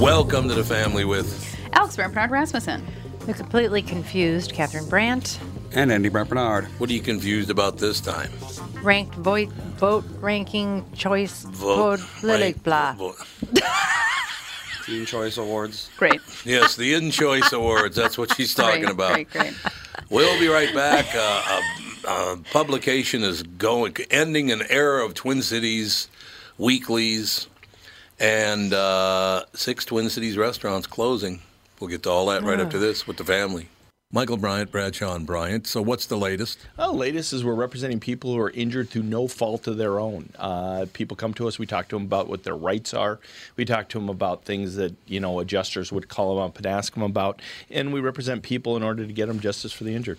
Welcome to the family with Alex Bernard Rasmussen. The completely confused Catherine Brandt and Andy Brent Bernard. What are you confused about this time? ranked vote vote ranking choice vote, right, blah. vote. Teen Choice Awards. Great. Yes, the In Choice Awards. That's what she's talking great, about. Great, great. We'll be right back. Uh, a, a publication is going, ending an era of Twin Cities weeklies and uh, six Twin Cities restaurants closing. We'll get to all that right after this with the family. Michael Bryant, Bradshaw and Bryant. So, what's the latest? Well, the latest is we're representing people who are injured through no fault of their own. Uh, people come to us. We talk to them about what their rights are. We talk to them about things that you know adjusters would call them up and ask them about, and we represent people in order to get them justice for the injured.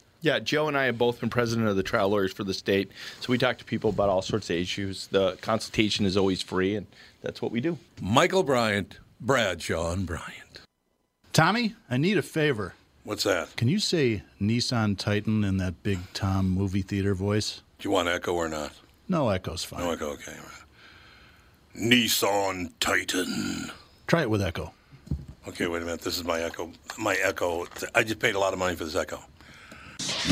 Yeah, Joe and I have both been president of the trial lawyers for the state, so we talk to people about all sorts of issues. The consultation is always free, and that's what we do. Michael Bryant, Bradshaw and Bryant. Tommy, I need a favor. What's that? Can you say Nissan Titan in that big Tom movie theater voice? Do you want echo or not? No echo's fine. No echo, okay. all right. Nissan Titan. Try it with echo. Okay, wait a minute. This is my echo. My echo. I just paid a lot of money for this echo.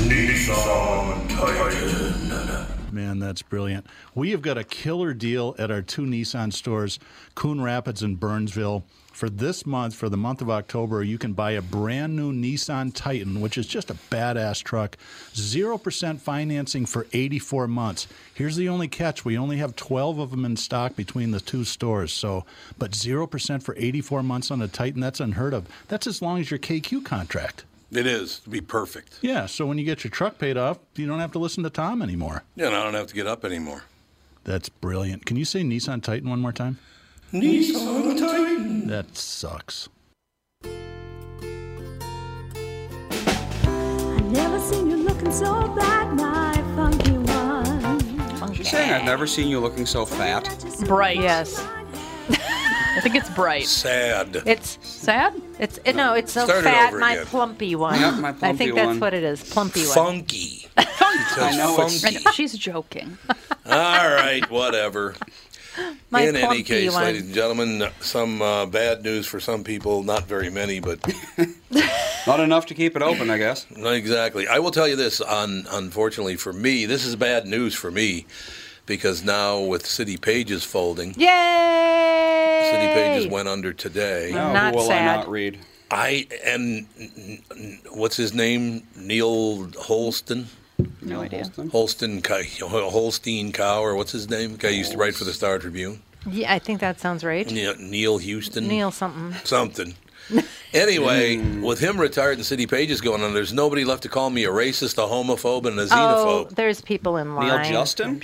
Nissan Titan. Man, that's brilliant. We have got a killer deal at our two Nissan stores, Coon Rapids and Burnsville. For this month, for the month of October, you can buy a brand new Nissan Titan, which is just a badass truck. 0% financing for 84 months. Here's the only catch we only have 12 of them in stock between the two stores. So, but 0% for 84 months on a Titan, that's unheard of. That's as long as your KQ contract. It is to be perfect. Yeah, so when you get your truck paid off, you don't have to listen to Tom anymore. Yeah, and I don't have to get up anymore. That's brilliant. Can you say Nissan Titan one more time? Nissan Titan. That sucks. I never seen you looking so bad, my funky one. She's saying, I've never seen you looking so fat. Bright. Yes, I think it's bright. Sad. it's Sad? it's it, no, it's so Start it fat. over My again. plumpy one. Yep, my I plumpy think that's one. what it is. Plumpy one. Funky. I know it's- funky. She's joking. All right, whatever. My In any plumpy case, one. ladies and gentlemen, some uh, bad news for some people, not very many, but Not enough to keep it open, I guess. Not exactly. I will tell you this. Un- unfortunately for me, this is bad news for me because now with City Pages folding, Yay! City Pages went under today. No, Not who will I sad. not read? I and n- n- what's his name? Neil Holston. No idea. Holston? Holston, Cow- Holstein Cow, or what's his name? Guy used to write for the Star Tribune. Yeah, I think that sounds right. Ne- Neil Houston. Neil something. something. Anyway, Hmm. with him retired and City Pages going on, there's nobody left to call me a racist, a homophobe, and a Oh, xenophobe. there's people in line. Neil Justin?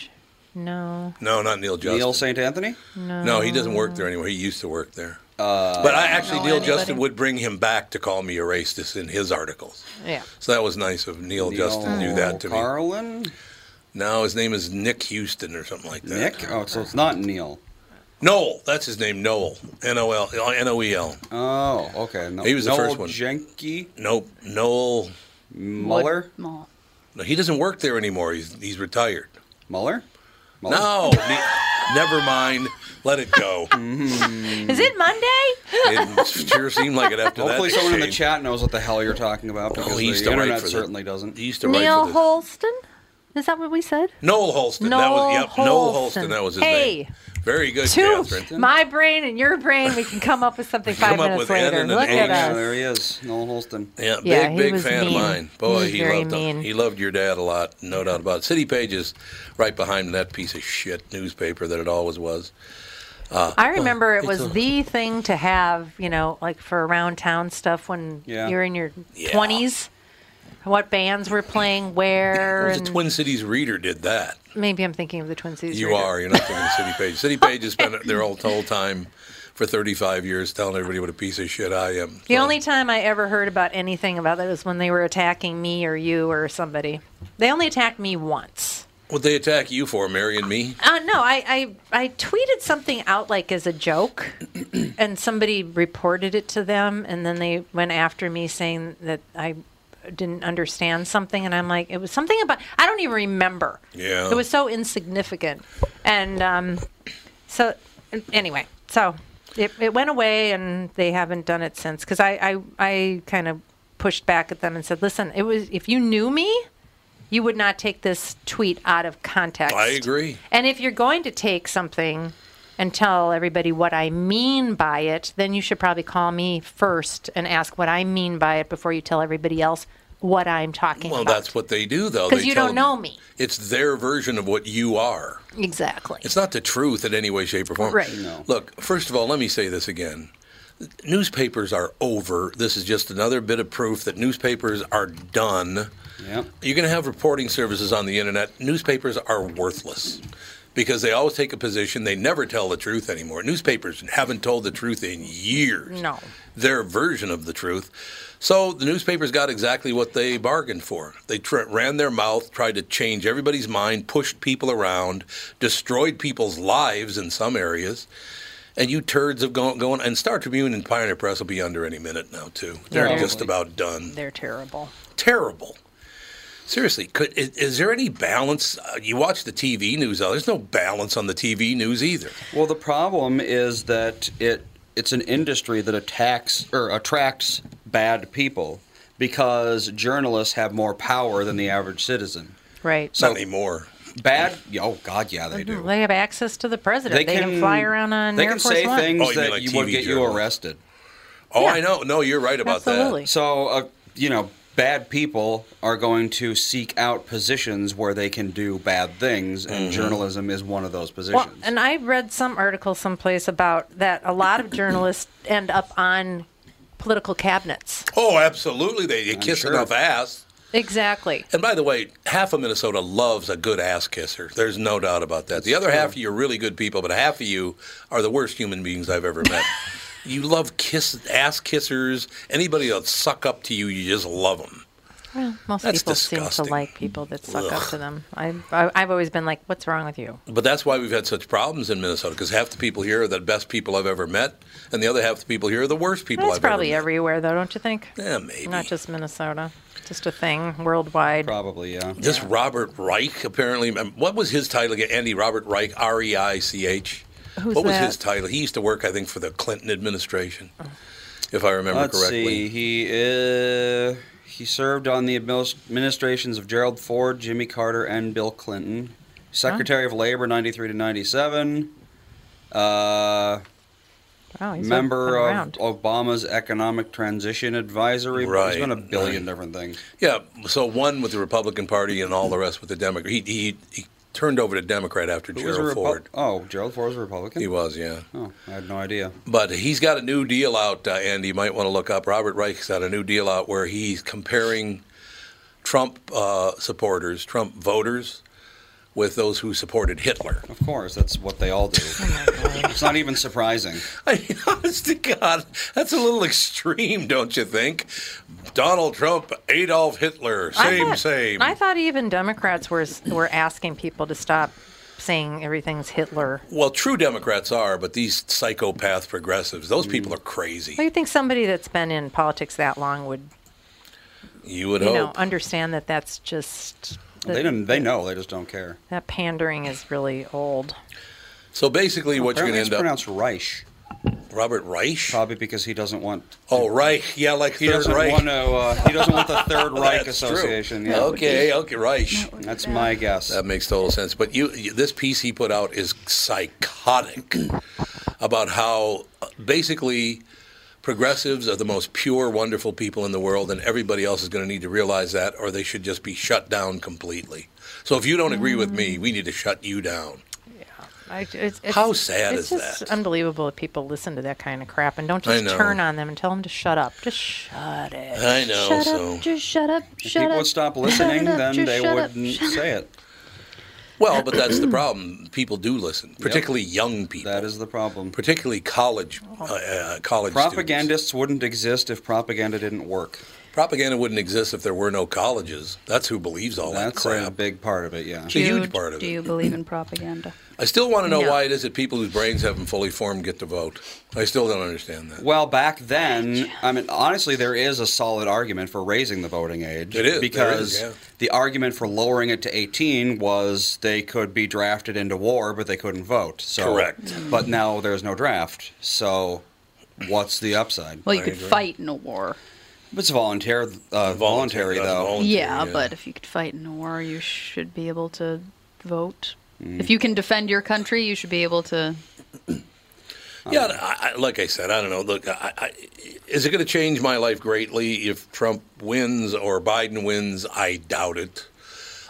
No, No, not Neil Justin. Neil St. Anthony? no. No, he doesn't work there anymore. He used to work there. Uh, but I actually, Neil Justin would bring him back to call me a racist in his articles. Yeah. So that was nice of Neil, Justin to do that to me. Carlin? Now his name is Nick Houston or something like that. Nick? Oh, so it's not Neil. Noel. That's his name, Noel. N O L N O E L. Oh, okay. No, He was the Noel first one. Jenke Nope. Noel. Muller? Mall. No, he doesn't work there anymore. He's, he's retired. Muller? Muller? No. Ne- never mind. Let it go. Is it Monday? It sure seemed like it after Hopefully, that. someone in the exchange. chat knows what the hell you're talking about because Oh, he used the to write internet for the- certainly doesn't. He used to Neil write for the- Holston? Is that what we said? Noel Holston. that Noel was yep. Noel Holston. Holston. That was his Hey. name. Very good, Two. Catherine. My brain and your brain. We can come up with something five Come up minutes with N later. and an Look at H. yeah, us. Oh, there he is, Noel Holston. Yeah, big Yeah, he big was fan of mean. mine. He Boy, was he, very loved him. mean. he loved your dad a lot, no doubt about it. City Pages, right behind that piece of shit newspaper that it always was. I remember it it's was a- the thing to have, you know, like for around town stuff when Yeah. you're in your Yeah. twenties. What bands were playing It where? was the and Twin Cities Reader did that. maybe I'm thinking of the Twin Cities. You Reader. are. You're not thinking of City Pages. City Pages spent their whole, whole time for 35 years telling everybody what a piece of shit I am. The So- only time I ever heard about anything about that was when they were attacking me or you or somebody. They only attacked me once. What they attack you for, Mary and me? Uh, no, I, I, I tweeted something out like as a joke, and somebody reported it to them, and then they went after me saying that I didn't understand something, and I'm like, it was something about I don't even remember. Yeah. it was so insignificant, and um, so anyway, so it, it went away, and they haven't done it since because I, I I kind of pushed back at them and said, listen, it was if you knew me. You would not take this tweet out of context. I agree. And if you're going to take something and tell everybody what I mean by it, then you should probably call me first and ask what I mean by it before you tell everybody else what I'm talking Well, about. that's what they do, though. 'Cause They you tell don't them- know me. It's their version of what you are. exactly. It's not the truth in any way, shape, or form. Right. No. Look, first of all, let me say this again. Newspapers are over. This is just another bit of proof that newspapers are done. Yep. You're going to have reporting services on the internet. Newspapers are worthless because they always take a position. They never tell the truth anymore. Newspapers haven't told the truth in years. No. Their version of the truth. So the newspapers got exactly what they bargained for. They tr- ran their mouth, tried to change everybody's mind, pushed people around, destroyed people's lives in some areas. And you turds have gone, gone and Star Tribune and Pioneer Press will be under any minute now too. They're Yeah. just about done They're terrible. terrible. Seriously, could is, is there any balance? Uh, you watch the TV news. uh, There's no balance on the TV news either. Well, the problem is that it it's an industry that attacks or attracts bad people because journalists have more power than the average citizen. Right. Not anymore. Bad? Oh God, yeah, they do. They have access to the president. They, can, fly around on they Air can Force say One. things Oh, you mean that like you would TV get journalists. you arrested. Oh, Yeah. I know. No, you're right about Absolutely. So, uh, you know, bad people are going to seek out positions where they can do bad things, Mm-hmm. and journalism is one of those positions. Well, and I read some article someplace about that a lot of journalists end up on political cabinets. that. Oh, absolutely. They, they kiss sure. enough ass. Exactly. And by the way, half of Minnesota loves a good ass kisser. There's no doubt about that. The other half of you are really good people, but half of you are the worst human beings I've ever met. you love kiss ass kissers. Anybody that suck up to you, you just love them. Well, most That's people seem disgusting. to like people that suck up Ugh. to them. I, I, I've always been like, what's wrong with you? But that's why we've had such problems in Minnesota because half the people here are the best people I've ever met, and the other half the people here are the worst people That's I've probably ever met. everywhere, though, don't you think? Yeah, maybe. Not just Minnesota, just a thing worldwide. Probably, yeah. This Robert Reich, apparently, um, what was his title again? Andy Robert Reich, R E I C H. Who's What was that? Oh. his title? He used to work, I think, for the Clinton administration, if I remember Let's see. correctly. He uh, he served on the admil- administrations of Gerald Ford, Jimmy Carter, and Bill Clinton. Secretary of Labor, ninety-three to ninety-seven. Uh, Wow, Oh, he's member been of around. Obama's Economic Transition Advisory. Board. He's Right, been a billion right. different things. Yeah, so one with the Republican Party and all the rest with the Democrat. He, he, he turned over to Democrat after Who was a Gerald Repu- Ford. Oh, Gerald Ford was a Republican. He was, yeah. Oh, I had no idea. But he's got a new deal out, uh, Andy. You might want to look up. Robert Reich's got a new deal out where he's comparing Trump uh, supporters, Trump voters, with those who supported Hitler. Of course, that's what they all do. it's not even surprising. I mean, honest to God, that's a little extreme, don't you think? Donald Trump, Adolf Hitler, I same, thought- same. I thought even Democrats were were asking people to stop saying everything's Hitler. well, true Democrats are, but these psychopath progressives, those people are crazy. Well, you think somebody that's been in politics that long would, You would you know, hope. understand that that's just that, They didn't. They know. They just don't care. that pandering is really old. so basically, what you're Apparently going it's to end up, pronounced Reich, Robert Reich. probably because he doesn't want Oh, Reich. Yeah, like He Third doesn't Reich. want to. Uh, he doesn't want the Third Reich That's true. Association. Yeah. Okay, okay, Reich. That's my guess. That makes total sense. But you, you- this piece he put out is psychotic about how uh, basically progressives are the most pure, wonderful people in the world, and everybody else is going to need to realize that, or they should just be shut down completely. So if you don't agree with me, we need to shut you down. I, it's, it's, How sad it's is just that? unbelievable that people listen to that kind of crap and don't I just know. turn on them and tell them to shut up. Just shut it. I know. Shut so up. Just shut up. if Shut people up. would stop listening, shut up, then just they shut up, wouldn't shut up. say it. Well, but that's the problem. People do listen, particularly young people. That is the problem. particularly college uh, uh, college students. Propagandists wouldn't exist if propaganda didn't work. Propaganda wouldn't exist if there were no colleges. That's who believes all That's that crap. a big part of it, yeah. It's a huge part of do it. you believe in propaganda? I still want to know No. why it is that people whose brains haven't fully formed get to vote. I still don't understand that. Well, back then, I mean, honestly, there is a solid argument for raising the voting age. It is, there is, because yeah. the argument for lowering it to 18 was they could be drafted into war, but they couldn't vote. So, Correct. But now there's no draft, so what's the upside? Well, you I could agree. fight in a war. It's volunteer, uh, voluntary, that's though. voluntary, Yeah, but if you could fight in a war, you should be able to vote. If you can defend your country, you should be able to. yeah, Um, I, I, like I said, I don't know. Look, I, I, is it going to change my life greatly if Trump wins or Biden wins? I doubt it,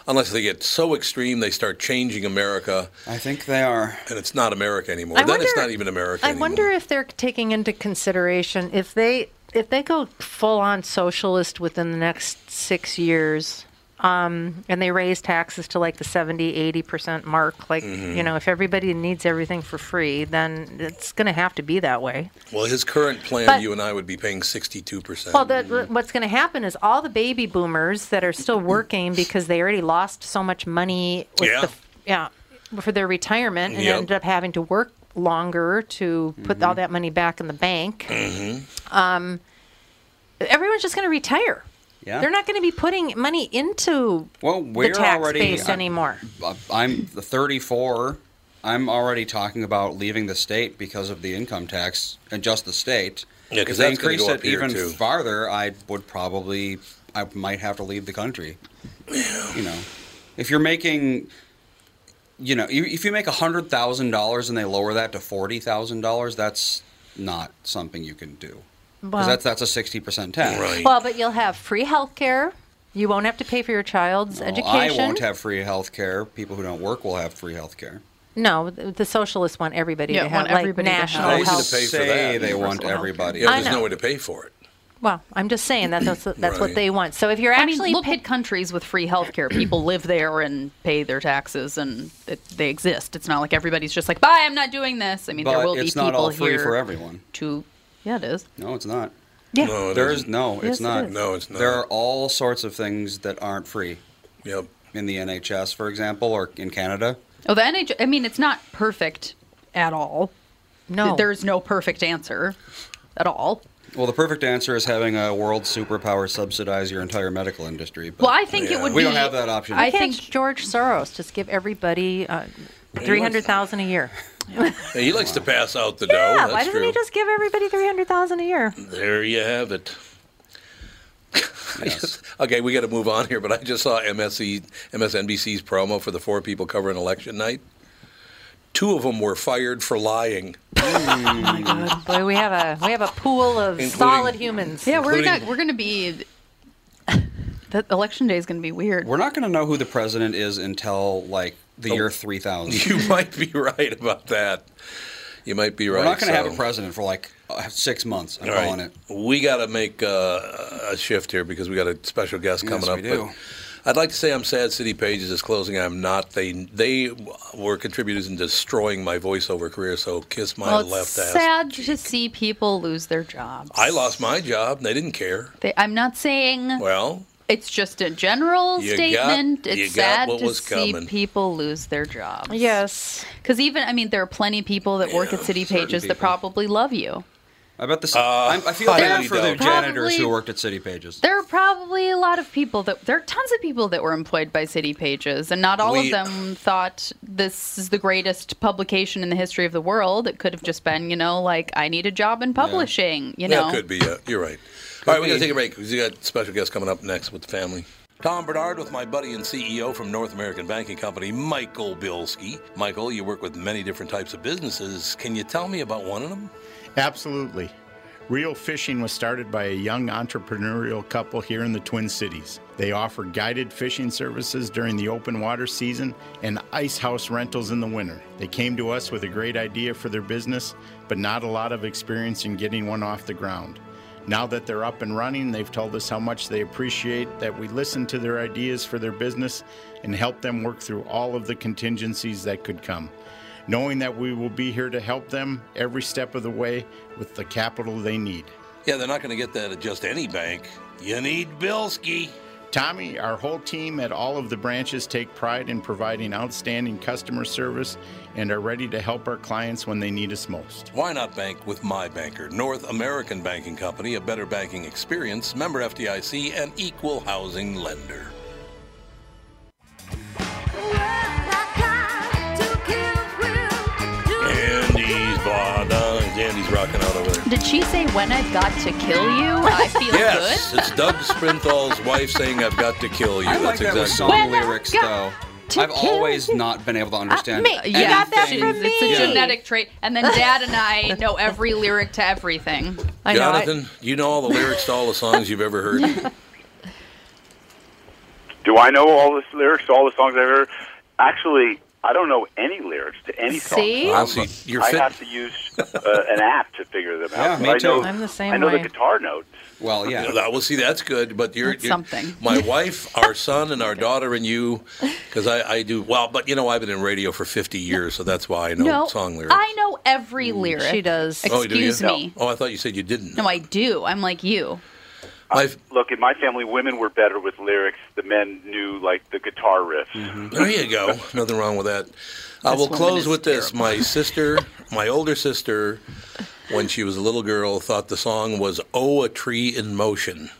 unless they get so extreme they start changing America, I think they are. and it's not America anymore. I then it's wonder- not even America. I anymore. wonder if they're taking into consideration if they if they go full on socialist within the next six years, um, and they raise taxes to like the 70, 80 percent mark. Like you Mm-hmm. know, if everybody needs everything for free, then it's going to have to be that way. Well, his current plan, But- you and I would be paying 62%. Well, that, what's going to happen is all the baby boomers that are still working because they already lost so much money with Yeah. the yeah for their retirement and Yep. ended up having to work longer to put all that money back in the bank. Um, Mm-hmm. everyone's just going to retire. Yeah. They're not going to be putting money into Well, we're the tax already- base I- anymore. I'm 34. I'm already talking about leaving the state because of the income tax and just the state. Yeah, if 'cause they that's gonna increase it go up here, even too. farther, I would probably, I might have to leave the country. You know, if you're making, you know, you- if you make hundred thousand dollars and they lower that to forty thousand dollars, that's not something you can do. Well- Because that's that's a sixty percent tax. Right. Well, but you'll have free health care. You won't have to pay for your child's Well, Oh, I education. won't have free health care. People who don't work will have free health care. no, the the socialists want everybody Yeah, to have want like everybody to have national They They used health to pay for say that. they want Universal health everybody. yeah, there's I know. no way to pay for it. Well, I'm just saying that that's that's what Right. they want. So if you're I actually mean, look pa- at countries with free healthcare. People live there and pay their taxes, and it, they exist. It's not like everybody's just like, "Bye, I'm not doing this." I mean, there But will be it's people not all free here for everyone. to. Yeah, it is. No, it's not. yeah, No, it There's isn't. no, Yes, it's it not. is. No, it's not. There are all sorts of things that aren't free Yep. in the NHS, for example, or in Canada. Oh, the NH. I mean, it's not perfect at all. no. There's no perfect answer at all. Well, the perfect answer is having a world superpower subsidize your entire medical industry. But Well, I think Yeah. it would we be. don't have that option. I I think think- George Soros just give everybody uh, three hundred thousand a year. Hey, he likes to pass out the dough. Yeah, That's why doesn't true. he just give everybody three hundred thousand a year? There you have it. I just- okay, we got to move on here, but I just saw MSC, MSNBC's promo for the four people covering election night. Two of them were fired for lying, Boy, we have a we have a pool of Including- solid humans. yeah, we're including- gonna we're gonna be. That election day is gonna be weird. we're not going to know who the president is until like the year 3000. Oh. you might be right about that. You might be right. We're not going to have so- a president for like uh, six months. I'm All calling right. it. We got to make uh, a shift here because we got a special guest Yes, coming up. we do. but I'd like to say I'm sad. City Pages is closing. I'm not. They they were contributors in destroying my voiceover career. So kiss my well, it's left ass. sad to see people lose their jobs. I lost my job. and They didn't care. They, I'm not saying Well, it's just a general You got- statement. you it's got sad what to was see coming. people lose their jobs. Yes, because even I mean, there are plenty of people that work at City certain Pages that people. probably love you. I bet this. Uh, I'm, I feel I bad really for the don't. janitors who Probably- worked at City Pages. There are probably a lot of people that there are tons of people that were employed by City Pages, and not all We- of them thought this is the greatest publication in the history of the world. It could have just been, you know, like I need a job in publishing. You know, that could be. Uh, you're right. All right, we got to be. take a break because you got special guests coming up next with the family. Tom Bernard with my buddy and CEO from North American Banking Company, Michael Bilski. Michael, you work with many different types of businesses. Can you tell me about one of them? Absolutely. Real Fishing was started by a young entrepreneurial couple here in the Twin Cities. They offer guided fishing services during the open water season and ice house rentals in the winter. They came to us with a great idea for their business, but not a lot of experience in getting one off the ground. Now that they're up and running, they've told us how much they appreciate that we listen to their ideas for their business and help them work through all of the contingencies that could come. Knowing that we will be here to help them every step of the way with the capital they need. Yeah, they're not going to get that at just any bank. You need Bilski. Tommy, our whole team at all of the branches take pride in providing outstanding customer service and are ready to help our clients when they need us most. Why not bank with my banker? North American Banking Company, a better banking experience, member FDIC, and equal housing lender. Andy's Bada. Andy's rocking out over there. Did she say when I've got to kill you? I feel Yes, it's Doug Sprinthal's wife saying, I've got to kill you. I like That's that with exactly song what When I lyrics, got though. to I've kill always you. not been able to understand. me- you good. Yeah, got that it's- anything. from It's a me. genetic trait. And then Dad and I know every lyric to everything. I know. I- Jonathan, you know all the lyrics to all the songs you've ever heard. Do I know all the lyrics to all the songs I've heard? Actually, I don't know any lyrics to any song. See? Wow, I'm- see, you're I fit- have to use uh, an app to figure them Yeah, out. me but I know, too. I'm the same I know way. the guitar notes. Well, yeah. Yeah, that- well, see, that's good, but you're, That's you're- something. My wife, our son, and our daughter, and you, because I, I do well. But you know, I've been in radio for 50 years, so that's why I know No, song lyrics. I know every lyric. Mm. She does. oh, do you? Excuse me. Oh, I thought you said you didn't. No, I do. I'm like you. My- Look, in my family, women were better with lyrics. The men knew like the guitar riffs. There you go. Nothing wrong with that. I This will woman close is with this. My sister, my older sister, when she was a little girl, thought the song was "Oh, a tree in motion."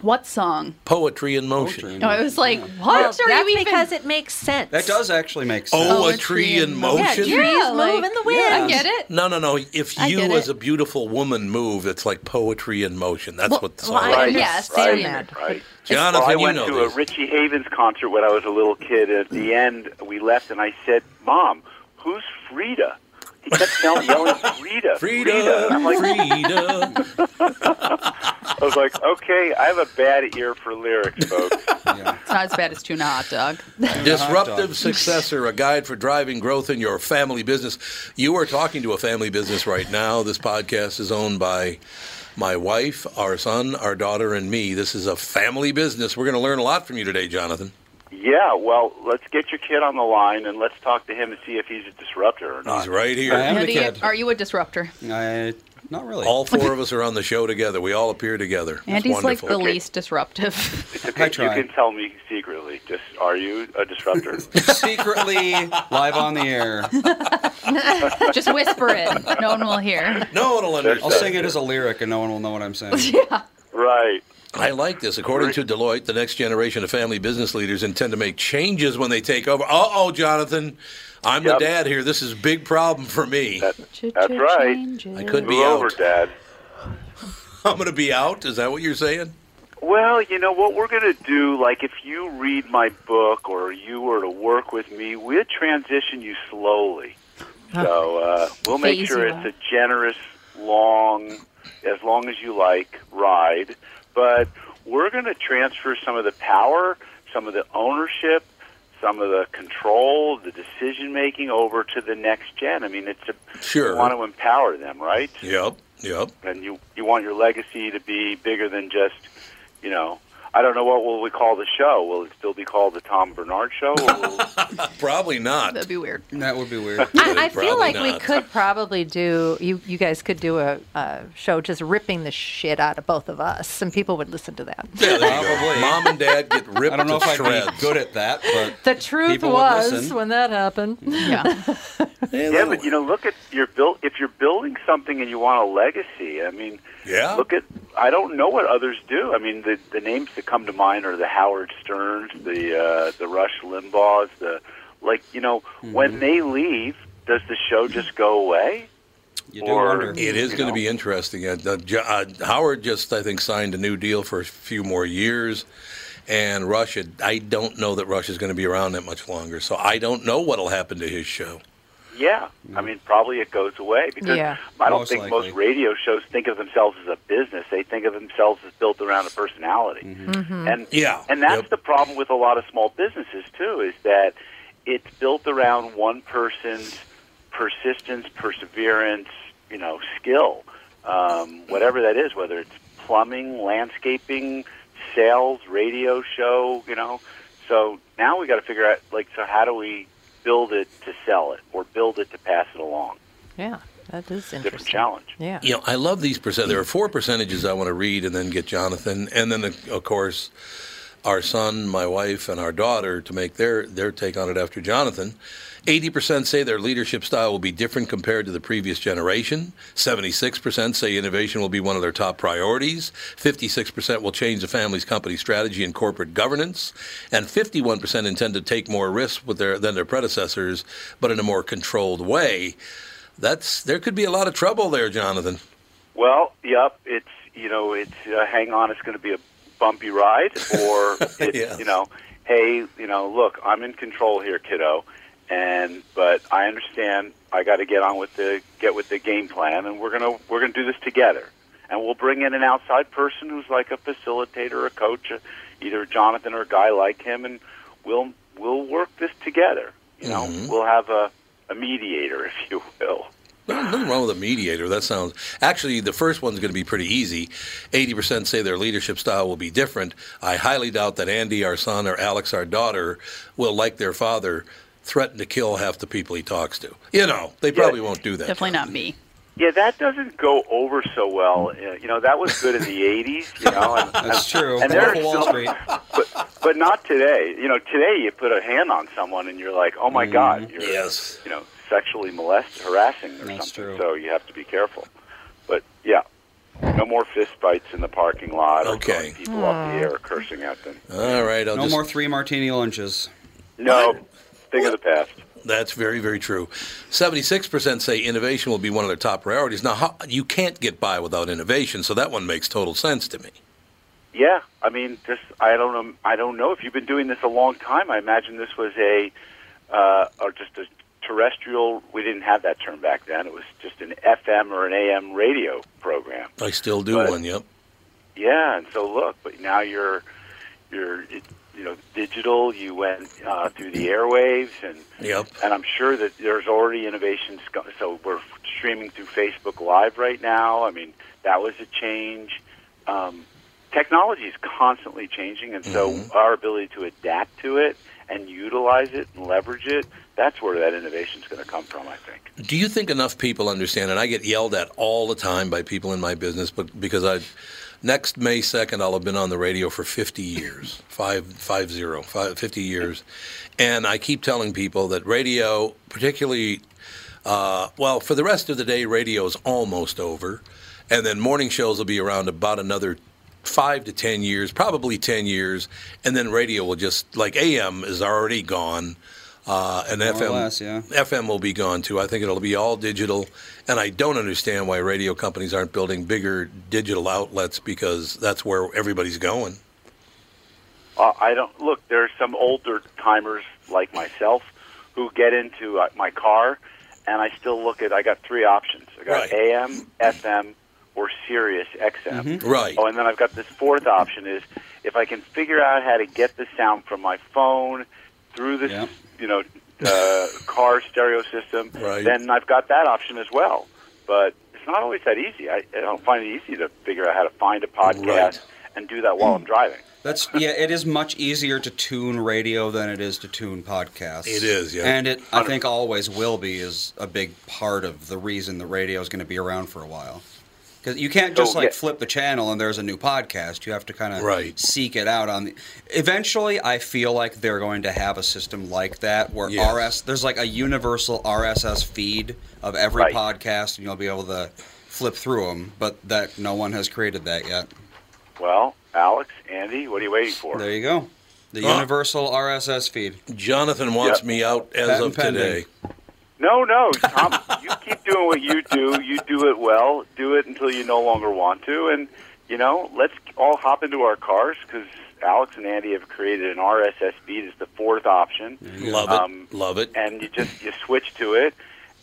What song? Poetry in motion. No, I was like, what Well, are that's you even? because it makes sense. that does actually make sense. Oh, a tree in Yeah, motion. you're- Trees Yeah, like- move in the wind. I get it. No, no, no. If I you, get as it. a beautiful woman, move, it's like poetry in motion. That's Well- what the well, song. I is. Right. Yes, right. Sam. Right. Jonathan, Well, I you went know to this. a Richie Havens concert when I was a little kid. At the end, we left, and I said, "Mom, who's Frida?" He kept yell- yelling, "Frida, Frida, And I'm like, Frida. I was like, "Okay, I have a bad ear for lyrics, folks." Yeah. It's not as bad as tuna hot dog. Disruptive successor, a guide for driving growth in your family business. You are talking to a family business right now. This podcast is owned by my wife, our son, our daughter, and me. This is a family business. We're going to learn a lot from you today, Jonathan. yeah. Well, let's get your kid on the line and let's talk to him and see if he's a disruptor or not. He's right I here. am Now, the do you, kid. are you a disruptor? I, not really. All four of us are on the show together. We all appear together. It's Andy's like wonderful. the least disruptive. It's okay. I try. You can tell me secretly. Just are you a disruptor? Secretly live on the air. Just whisper it. No one will hear. No one will understand. I'll sing it as a lyric, and no one will know what I'm saying. right. I like this. According to Deloitte, the next generation of family business leaders intend to make changes when they take over. Uh oh, Jonathan. I'm Yep. the dad here. This is a big problem for me. That's right. I could be Move over, out. Dad. I'm going to be out. Is that what you're saying? Well, you know what we're going to do. Like, if you read my book or you were to work with me, we'll transition you slowly. So uh, we'll make Phase sure you out. it's a generous, long, as long as you like ride. But we're going to transfer some of the power, some of the ownership, some of the control, the decision making over to the next gen. I mean, it's a, Sure. you want to empower them, right? Yep. Yep. and you you want your legacy to be bigger than just you know I don't know what will we call the show. Will it still be called the Tom Bernard Show? Or will, Probably not. That'd be weird. That would be weird. Good, I, I probably feel like we not. could probably do you. You guys could do a, a show just ripping the shit out of both of us, and people would listen to that. Yeah, there you go. Probably. Mom and dad get ripped I don't know to if I'd shreds. be good at that, but The truth People would was listen. when that happened. Mm-hmm. Yeah. Yeah, yeah, that but you know, look at you're built. If you're building something and you want a legacy, I mean, Yeah. Look at I don't know what others do. I mean, the the names that come to mind are the Howard Stearns, the uh, the Rush Limbaughs, the like. You know, Mm-hmm. when they leave, does the show just go away? you do Or- wonder. It is you going to know. be interesting. Uh, uh, Jo- uh, Howard just, I think, signed a new deal for a few more years, and Rush. had- I don't know that Rush is going to be around that much longer, so I don't know what'll happen to his show. Yeah, I mean, probably it goes away because Yeah. I don't Most think likely. most radio shows think of themselves as a business. They think of themselves as built around a personality, Mm-hmm. and Yeah. and that's Yep. the problem with a lot of small businesses too. Is that it's built around one person's persistence, perseverance, you know, skill. um, whatever that is, whether it's plumbing, landscaping, sales, radio show, you know. So now we got to figure out, like, so how do we build it to sell it or build it to pass it along? Yeah, that is interesting. Different challenge. Yeah. You know, I love these percent. There are four percentages I want to read and then get Jonathan, and then of course our son, my wife, and our daughter to make their their take on it after Jonathan. Eighty percent say their leadership style will be different compared to the previous generation. Seventy-six percent say innovation will be one of their top priorities. Fifty-six percent will change the family's company strategy and corporate governance, and fifty-one percent intend to take more risks with their than their predecessors, but in a more controlled way. That's there could be a lot of trouble there, Jonathan. Well, yep. It's you know, it's uh, hang on. It's going to be a bumpy ride, or it's Yeah. you know, hey, you know, look, I'm in control here, kiddo, and but I understand. I got to get on with the get with the game plan, and we're gonna we're gonna do this together, and we'll bring in an outside person who's like a facilitator, a coach, uh, either Jonathan or a guy like him, and we'll we'll work this together. You know, we'll have a a mediator, if you will. No, nothing wrong with a mediator. That sounds actually the first one's going to be pretty easy. Eighty percent say their leadership style will be different. I highly doubt that Andy, our son, or Alex, our daughter, will like their father threaten to kill half the people he talks to. You know, they probably won't do that. Definitely not me. Yeah, that doesn't go over so well. Uh, You know, that was good in the '80s. You know, and, That's true. And there Wolf of are Wall some- Street. but but not today. You know, today you put a hand on someone and you're like, oh Mm-hmm. my god, you're Yes. you know sexually molesting, harassing or That's something. true. So you have to be careful. But yeah, no more fist fights in the parking lot or Okay. throwing people off the air or cursing at them. All right, I'll No just more three martini lunches. No, think of the past. That's very, very true. 76% say innovation will be one of their top priorities. Now, how, you can't get by without innovation, so that one makes total sense to me. Yeah, I mean, just I don't know. I don't know if you've been doing this a long time. I imagine this was a uh, or just a terrestrial. We didn't have that term back then. It was just an FM or an AM radio program. I still do Right. one, yep. Yeah, and so look, but now you're you're it, you know digital. You went uh, through the airwaves, and Yep. and I'm sure that there's already innovations. Go- so we're streaming through Facebook Live right now. I mean, that was a change. Um, technology is constantly changing, and so our ability to adapt to it and utilize it and leverage it. That's where that innovation is going to come from, I think. Do you think enough people understand? And I get yelled at all the time by people in my business, but because I, next May second, I'll have been on the radio for fifty years, five five zero, five, 50 years, and I keep telling people that radio, particularly, uh, well, for the rest of the day, radio is almost over, and then morning shows will be around about another. Five to ten years, probably ten years, and then radio will just like AM is already gone, uh, and or FM less, yeah. FM will be gone too. I think it'll be all digital, and I don't understand why radio companies aren't building bigger digital outlets because that's where everybody's going. Uh, I don't look. There's some older timers like myself who get into uh, my car, and I still look at. I got three options. I got Right. AM, FM, or Sirius XM. Right. Oh, and then I've got this fourth option is if I can figure out how to get the sound from my phone through this, Yep. you know, uh, car stereo system, Right. then I've got that option as well. But it's not always that easy. I, I don't find it easy to figure out how to find a podcast Right. and do that while I'm driving. That's yeah. It is much easier to tune radio than it is to tune podcasts. It is, yeah. And it, I think, always will be is a big part of the reason the radio is going to be around for a while. Because you can't just Oh, like yeah. flip the channel and there's a new podcast. You have to kind of Right. seek it out on. The, eventually, I feel like they're going to have a system like that where Yes. RS there's like a universal RSS feed of every Right. podcast, and you'll be able to flip through them. But that no one has created that yet. Well, Alex, Andy, what are you waiting for? There you go. The Ah. universal RSS feed. Jonathan wants Yep. me out as Patent of today. No, no, Tom, you keep doing what you do. You do it well. Do it until you no longer want to. And, you know, let's all hop into our cars because Alex and Andy have created an RSS feed as the fourth option. Love it. Um, Love it. And you just you switch to it,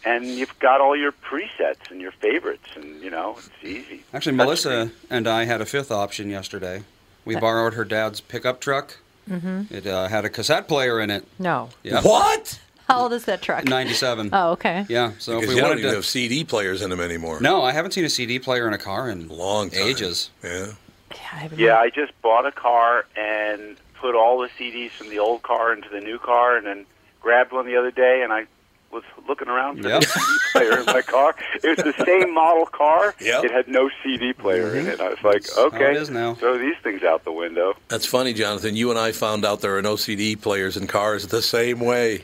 and you've got all your presets and your favorites, and, you know, it's easy. Actually, That's Melissa great. and I had a fifth option yesterday. We borrowed her dad's pickup truck. Mm-hmm. It uh, had a cassette player in it. No. Yeah. What? How old is that truck? 97. Oh, okay. Yeah. So if Because we you don't wanted even to, have CD players in them anymore. no, I haven't seen a CD player in a car in long time. ages. Yeah. Yeah. Yeah, I just bought a car and put all the CDs from the old car into the new car, and then grabbed one the other day, and I was looking around for Yep. the CD player in my car. It was the same model car. Yep. It had no CD player in it. I was like, Mm-hmm. That's how okay, it is now. throw these things out the window. That's funny, Jonathan. You and I found out there are no CD players in cars the same way.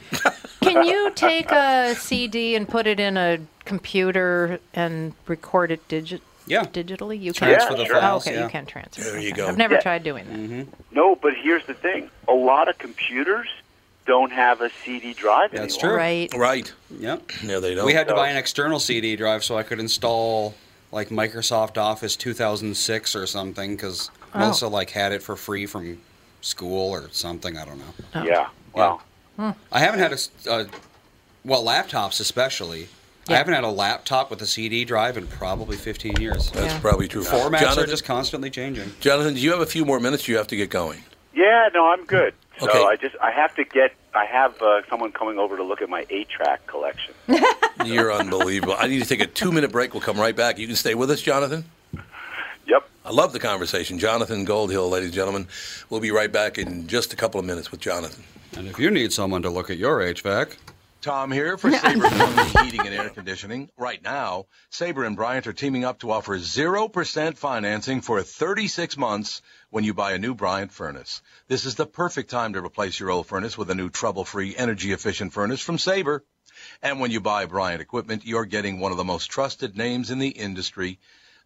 Can you take a CD and put it in a computer and record it digi- Yeah. digitally? You Transfer can. the oh, files, okay, yeah. you can transfer. There you Okay. go. Mm-hmm. I've never Yeah. tried doing that. No, but here's the thing: a lot of computers don't have a CD drive That's anymore. Sure. Right. Right. Yep. No, they don't. We had to No. buy an external CD drive so I could install like Microsoft Office 2006 or something because Oh. Melissa like had it for free from school or something. I don't know. Yeah. Wow. Hmm. I haven't had a s- uh, well laptops especially. I Yeah. haven't had a laptop with a CD drive in probably 15 years. That's Yeah. probably true. Formats Jonathan, are just constantly changing. Jonathan, do you have a few more minutes? You have to get going. Yeah, no, I'm good. So Okay. I just I have to get I have uh, someone coming over to look at my eight track collection. You're unbelievable. I need to take a two minute break. We'll come right back. You can stay with us, Jonathan. yep. I love the conversation. Jonathan Goldhill, ladies and gentlemen. We'll be right back in just a couple of minutes with Jonathan. And if you need someone to look at your HVAC, Tom here for Sabre Plumbing, Heating, and Air Conditioning. Right now, Sabre and Bryant are teaming up to offer 0% financing for 36 months when you buy a new Bryant furnace. This is the perfect time to replace your old furnace with a new trouble-free, energy-efficient furnace from Sabre. And when you buy Bryant equipment, you're getting one of the most trusted names in the industry.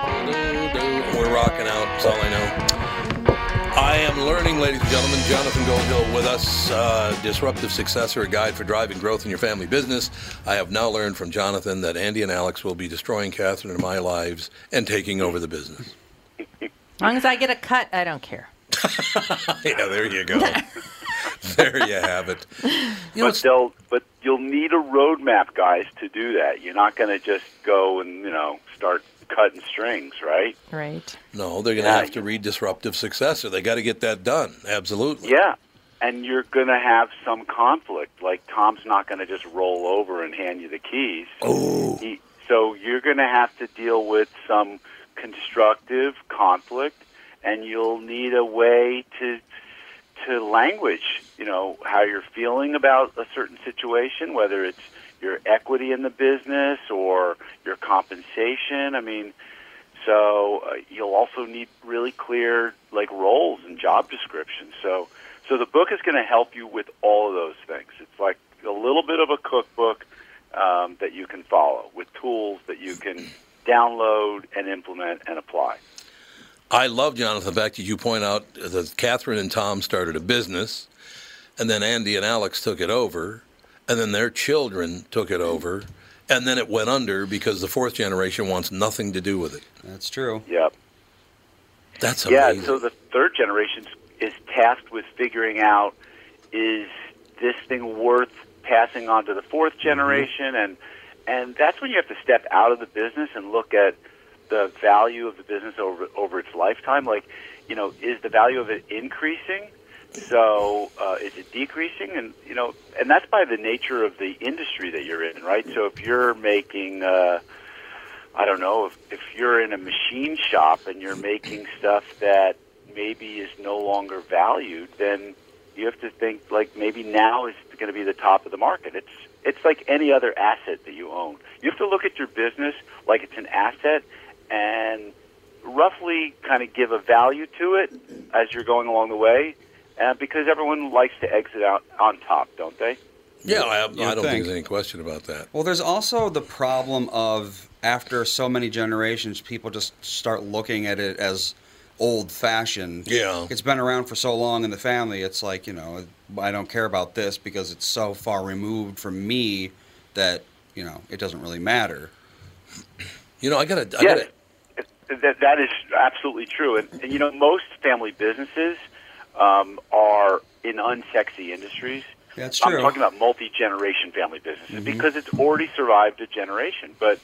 We're rocking out. That's all I know. I am learning, ladies and gentlemen. Jonathan Goldhill with us, uh, disruptive successor, a guide for driving growth in your family business. I have now learned from Jonathan that Andy and Alex will be destroying Catherine and my lives and taking over the business. As long as I get a cut, I don't care. yeah, there you go. there you have it. You know, But it's- they'll but you'll need a roadmap, guys, to do that. You're not going to just go and you know start cutting strings, right? Right. no, they're going to Yeah. have to read disruptive successor. They got to get that done. Absolutely. Yeah. And you're going to have some conflict. Like Tom's not going to just roll over and hand you the keys. Oh. He, so you're going to have to deal with some constructive conflict, and you'll need a way to to language. You know how you're feeling about a certain situation, whether it's your equity in the business or your compensation. I mean, so uh, you'll also need really clear like roles and job descriptions. So so the book is going to help you with all of those things. It's like a little bit of a cookbook um, that you can follow with tools that you can download and implement and apply. I love Jonathan. The fact that you point out that Catherine and Tom started a business, and then Andy and Alex took it over, and then their children took it over, and then it went under because the fourth generation wants nothing to do with it. that's true. Yep. That's Yeah, amazing. so the third generation is tasked with figuring out is this thing worth passing on to the fourth Mm-hmm. generation and and that's when you have to step out of the business and look at the value of the business over over its lifetime like you know is the value of it increasing so uh, is it decreasing and you know and that's by the nature of the industry that you're in right so if you're making uh, I don't know if, if you're in a machine shop and you're making stuff that maybe is no longer valued, then you have to think like maybe now is going to be the top of the market. It's it's like any other asset that you own. You have to look at your business like it's an asset and roughly kind of give a value to it as you're going along the way, uh, because everyone likes to exit out on top, don't they? Yeah, I, I don't You'd think. think. there's any question about that. Well, there's also the problem of after so many generations, people just start looking at it as old fashioned. Yeah. It's been around for so long in the family. It's like, you know, I don't care about this because it's so far removed from me that, you know, it doesn't really matter. You know, I got to. Yes. That that is absolutely true, and, and you know most family businesses um, are in unsexy industries. That's I'm true. talking about multi generation family businesses Mhm. because it's already survived a generation. But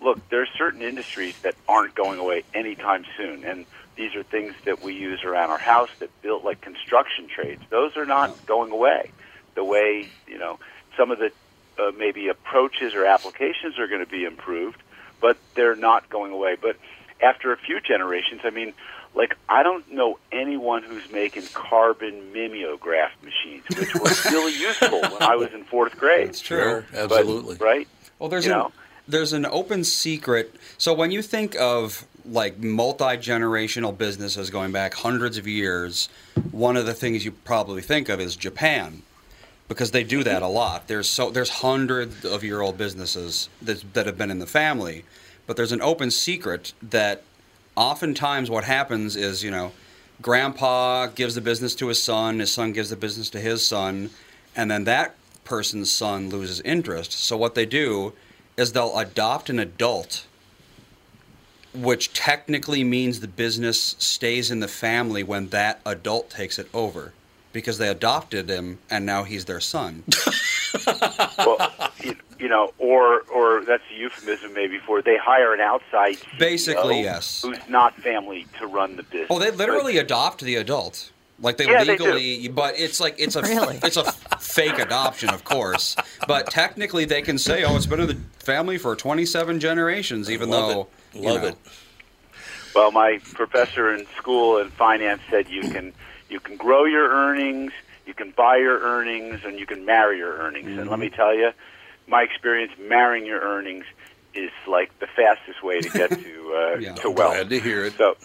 look, there's certain industries that aren't going away anytime soon, and these are things that we use around our house that built like construction trades. Those are not going away. The way you know some of the uh, maybe approaches or applications are going to be improved, but they're not going away. But after a few generations, I mean, like I don't know anyone who's making carbon mimeograph machines, which was really useful when I was in fourth grade. That's true. Sure, absolutely. right. Well, there's you an, know? there's an open secret. So when you think of like multi generational businesses going back hundreds of years, one of the things you probably think of is Japan, because they do that a lot. There's so there's hundreds of year old businesses that that have been in the family, but there's an open secret that oftentimes what happens is you know grandpa gives the business to his son his son gives the business to his son and then that person's son loses interest so what they do is they'll adopt an adult which technically means the business stays in the family when that adult takes it over because they adopted him and now he's their son you, you know, or or that's a euphemism maybe for they hire an outside CEO Basically, yes. who's not family to run the business. Oh, they literally adopt the adult. Like they Yeah, they legally, but it's like it's a it's a fake adoption, of course. But technically, they can say, "Oh, it's been in the family for 27 generations," even Love though it. Love it. Well, my professor in school in finance said you can you can grow your earnings, you can buy your earnings, and you can marry your earnings. And let me Mm-hmm. tell you, my experience marrying your earnings is like the fastest way to get to uh, to wealth. Glad to hear it. So,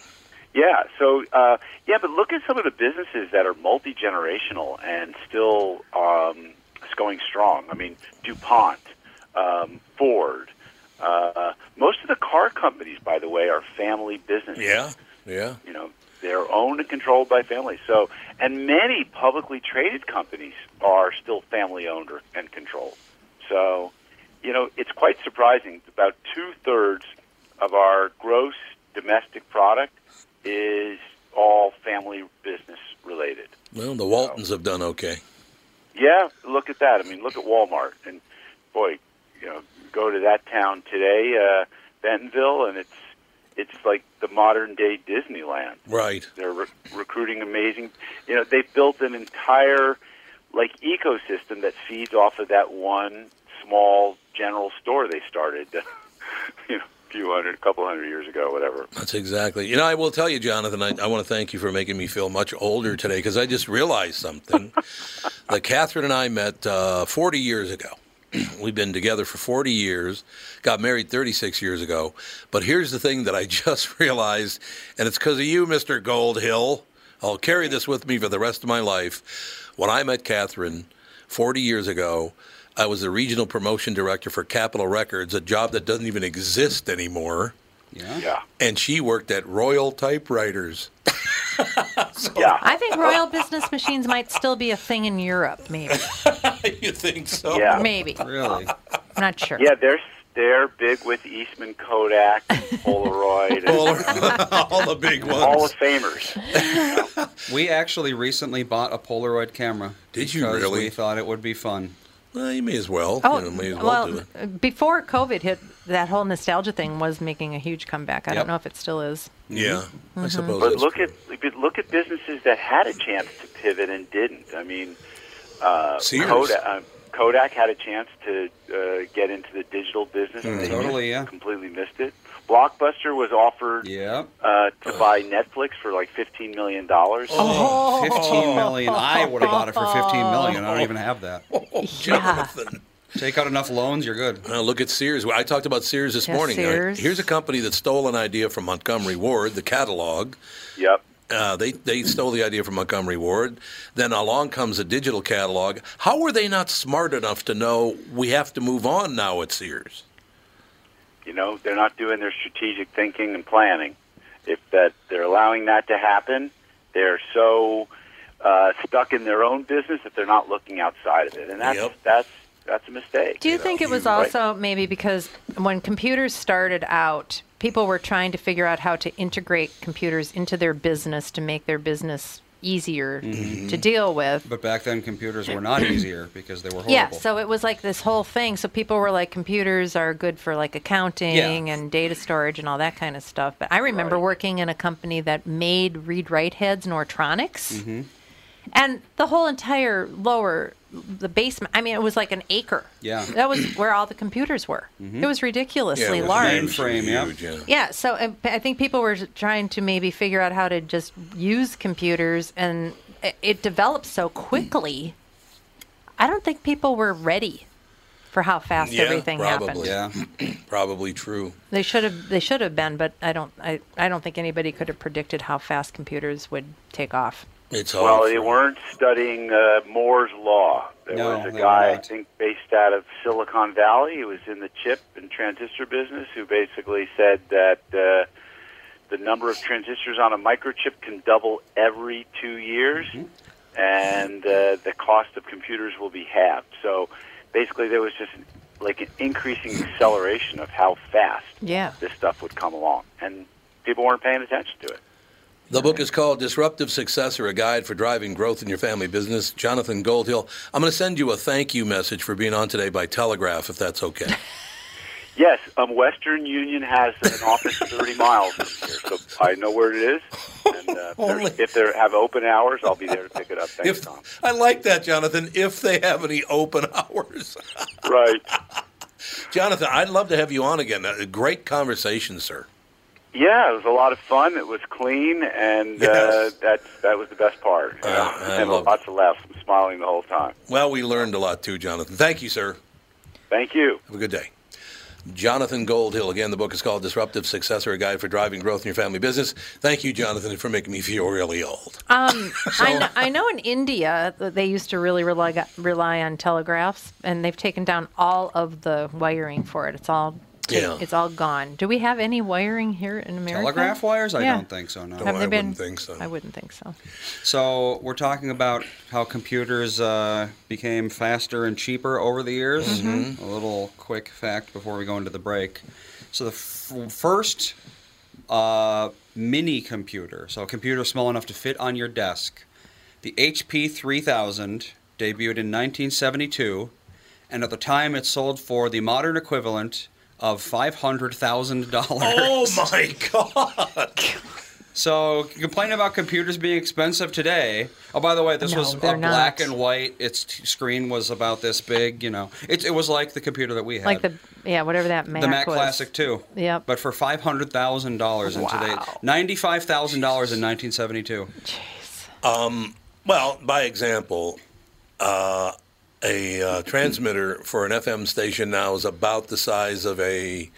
yeah. So, uh, yeah, but look at some of the businesses that are multi generational and still um, it's going strong. I mean, DuPont, um, Ford. Uh, most of the car companies, by the way, are family businesses. Yeah, yeah. You know, they're owned and controlled by families. So, and many publicly traded companies are still family owned or, and controlled. So, you know, it's quite surprising. About two thirds of our gross domestic product is all family business related. Well, the Waltons have done okay. Yeah, look at that. I mean, look at Walmart, and boy, you know, go to that town today, uh, Bentonville, and it's it's like the modern day Disneyland. Right. They're re- recruiting amazing. You know, they built an entire like ecosystem that feeds off of that one small general store they started, you know, a few hundred, a couple hundred years ago, whatever. That's exactly. You know, I will tell you, Jonathan, I, I want to thank you for making me feel much older today because I just realized something that Catherine and I met uh, 40 years ago. We've been together for 40 years, got married 36 years ago. But here's the thing that I just realized, and it's because of you, Mr. Goldhill. I'll carry this with me for the rest of my life. When I met Catherine 40 years ago, I was the regional promotion director for Capitol Records, a job that doesn't even exist anymore Yeah. and she worked at Royal Typewriters. I think Oh. Royal Business Machines might still be a thing in Europe, maybe. you think so? Yeah. Maybe. Really? I'm not sure. Yeah, they're they're big with Eastman Kodak, and Polaroid, and, all the big ones, Hall of Famers. We actually recently bought a Polaroid camera. Did you because really? We thought it would be fun. Well, you may as well. Oh, you know, may as well, do well, it. before COVID hit, that whole nostalgia thing was making a huge comeback. I Yep. don't know if it still is. Yeah, I Mhm. suppose. But that's look at but look at businesses that had a chance to pivot and didn't. I mean, uh, Sears. Kodak, uh, Kodak had a chance to uh, get into the digital Mm-hmm. business. and Mm. they Totally, yeah. completely missed it. Blockbuster was offered Yeah. uh, to buy Netflix for like fifteen million dollars. Oh, 15 million. I would have bought it for 15 million. I don't even have that. Oh, Jonathan. Take out enough loans, you're good. Now look at Sears. I talked about Sears this Yeah, morning. All right, Sears. Here's a company that stole an idea from Montgomery Ward, the catalog. Yep. Uh, they they stole the idea from Montgomery Ward. Then along comes a digital catalog. How were they not smart enough to know we have to move on now at Sears? You know, they're not doing their strategic thinking and planning. If that they're allowing that to happen, they're so uh, stuck in their own business that they're not looking outside of it, and that's that's that's a mistake. Do you think it was Right. also maybe because when computers started out, people were trying to figure out how to integrate computers into their business to make their business easier Mhm. to deal with? But back then, computers were not easier because they were horrible. Yeah, so it was like this whole thing. So people were like, computers are good for like accounting Yeah. and data storage and all that kind of stuff. But I remember working in a company that made read write heads, Nortronics. Mm-hmm. And the whole entire lower, the basement, I mean, it was like an acre. Yeah. That was where all the computers were. Mhm. It was ridiculously Yeah, it was large. huge, Mainframe, yeah. huge, yeah. Yeah, so uh, I think people were trying to maybe figure out how to just use computers, and it- it developed so quickly. I don't think people were ready for how fast everything happened. probably. Yeah, probably true. They should have. They should have been, but I don't. I, I don't think anybody could have predicted how fast computers would take off. It's well, they weren't studying uh, Moore's law. There No, was a they guy were I not. think based out of Silicon Valley. He was in the chip and transistor business, who basically said that uh, the number of transistors on a microchip can double every two years, Mm-hmm. and uh, the cost of computers will be halved. So, basically, there was just like an increasing acceleration of how fast Yeah. this stuff would come along, and people weren't paying attention to it. The book is called Disruptive Success or A Guide for Driving Growth in Your Family Business. Jonathan Goldhill, I'm going to send you a thank you message for being on today by telegraph, if that's okay. Yes, um, Western Union has an office 30 miles from here, so I know where it is. And uh, if they're- Only- if they have open hours, I'll be there to pick it up. Thanks, If- Tom. I like that, Jonathan, if they have any open hours. right. Jonathan, I'd love to have you on again. A great conversation, sir. Yeah, it was a lot of fun. It was clean, and uh, Yes. that that was the best part. I and love lots of laughs. I'm smiling the whole time. Well, we learned a lot too, Jonathan. Thank you, sir. Thank you. Have a good day. Jonathan Goldhill. Again, the book is called Disruptive Successor, a guide for driving growth in your family business. Thank you, Jonathan, for making me feel really old. Um, I, know, I know in India that they used to really rely rely on telegraphs, and they've taken down all of the wiring for it. It's all ta- Yeah. it's all gone. Do we have any wiring here in America? Telegraph wires? I Yeah. don't think so. No, Have they been? so. I wouldn't think so. So we're talking about how computers uh, became faster and cheaper over the years. Mhm. A little quick fact before we go into the break. So the f- first uh, mini computer, so a computer small enough to fit on your desk, the HP 3000 debuted in 1972, and at the time it sold for the modern equivalent of five hundred thousand dollars. Oh my god! So complain about computers being expensive today. Oh, by the way, this No, was a they're not. black and white. Its t- screen was about this big. You know, it, it was like the computer that we had, Like the yeah, whatever that Mac, the Mac was. Classic too. Yep. But for five hundred thousand dollars in today, ninety-five thousand dollars in nineteen seventy-two. Um, well, by example, uh, a uh, transmitter for an FM station now is about the size of a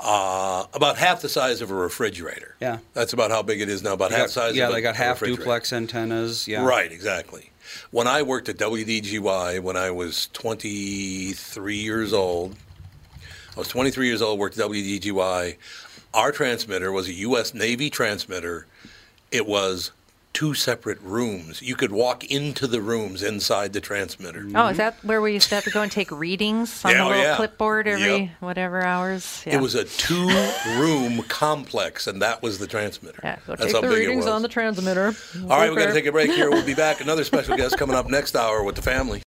uh, about half the size of a refrigerator. Yeah. That's about how big it is now. About They half got- the size. yeah, of a- they got a half refrigerator. duplex antennas. Yeah. Right, exactly. When I worked at WDGY when I was 23 years old, I was 23 years old, worked at WDGY. Our transmitter was a U.S. Navy transmitter. It was two separate rooms. You could walk into the rooms inside the transmitter. Oh, is that where we used to have to go and take readings on Mm-hmm. Yeah, the oh, little yeah. clipboard every Yep. whatever hours? Yeah. It was a two-room complex, and that was the transmitter. Go That's take how the big it readings was. on the transmitter. All right, we're going Over. to take a break here. We'll be back. Another special guest coming up next hour with the family.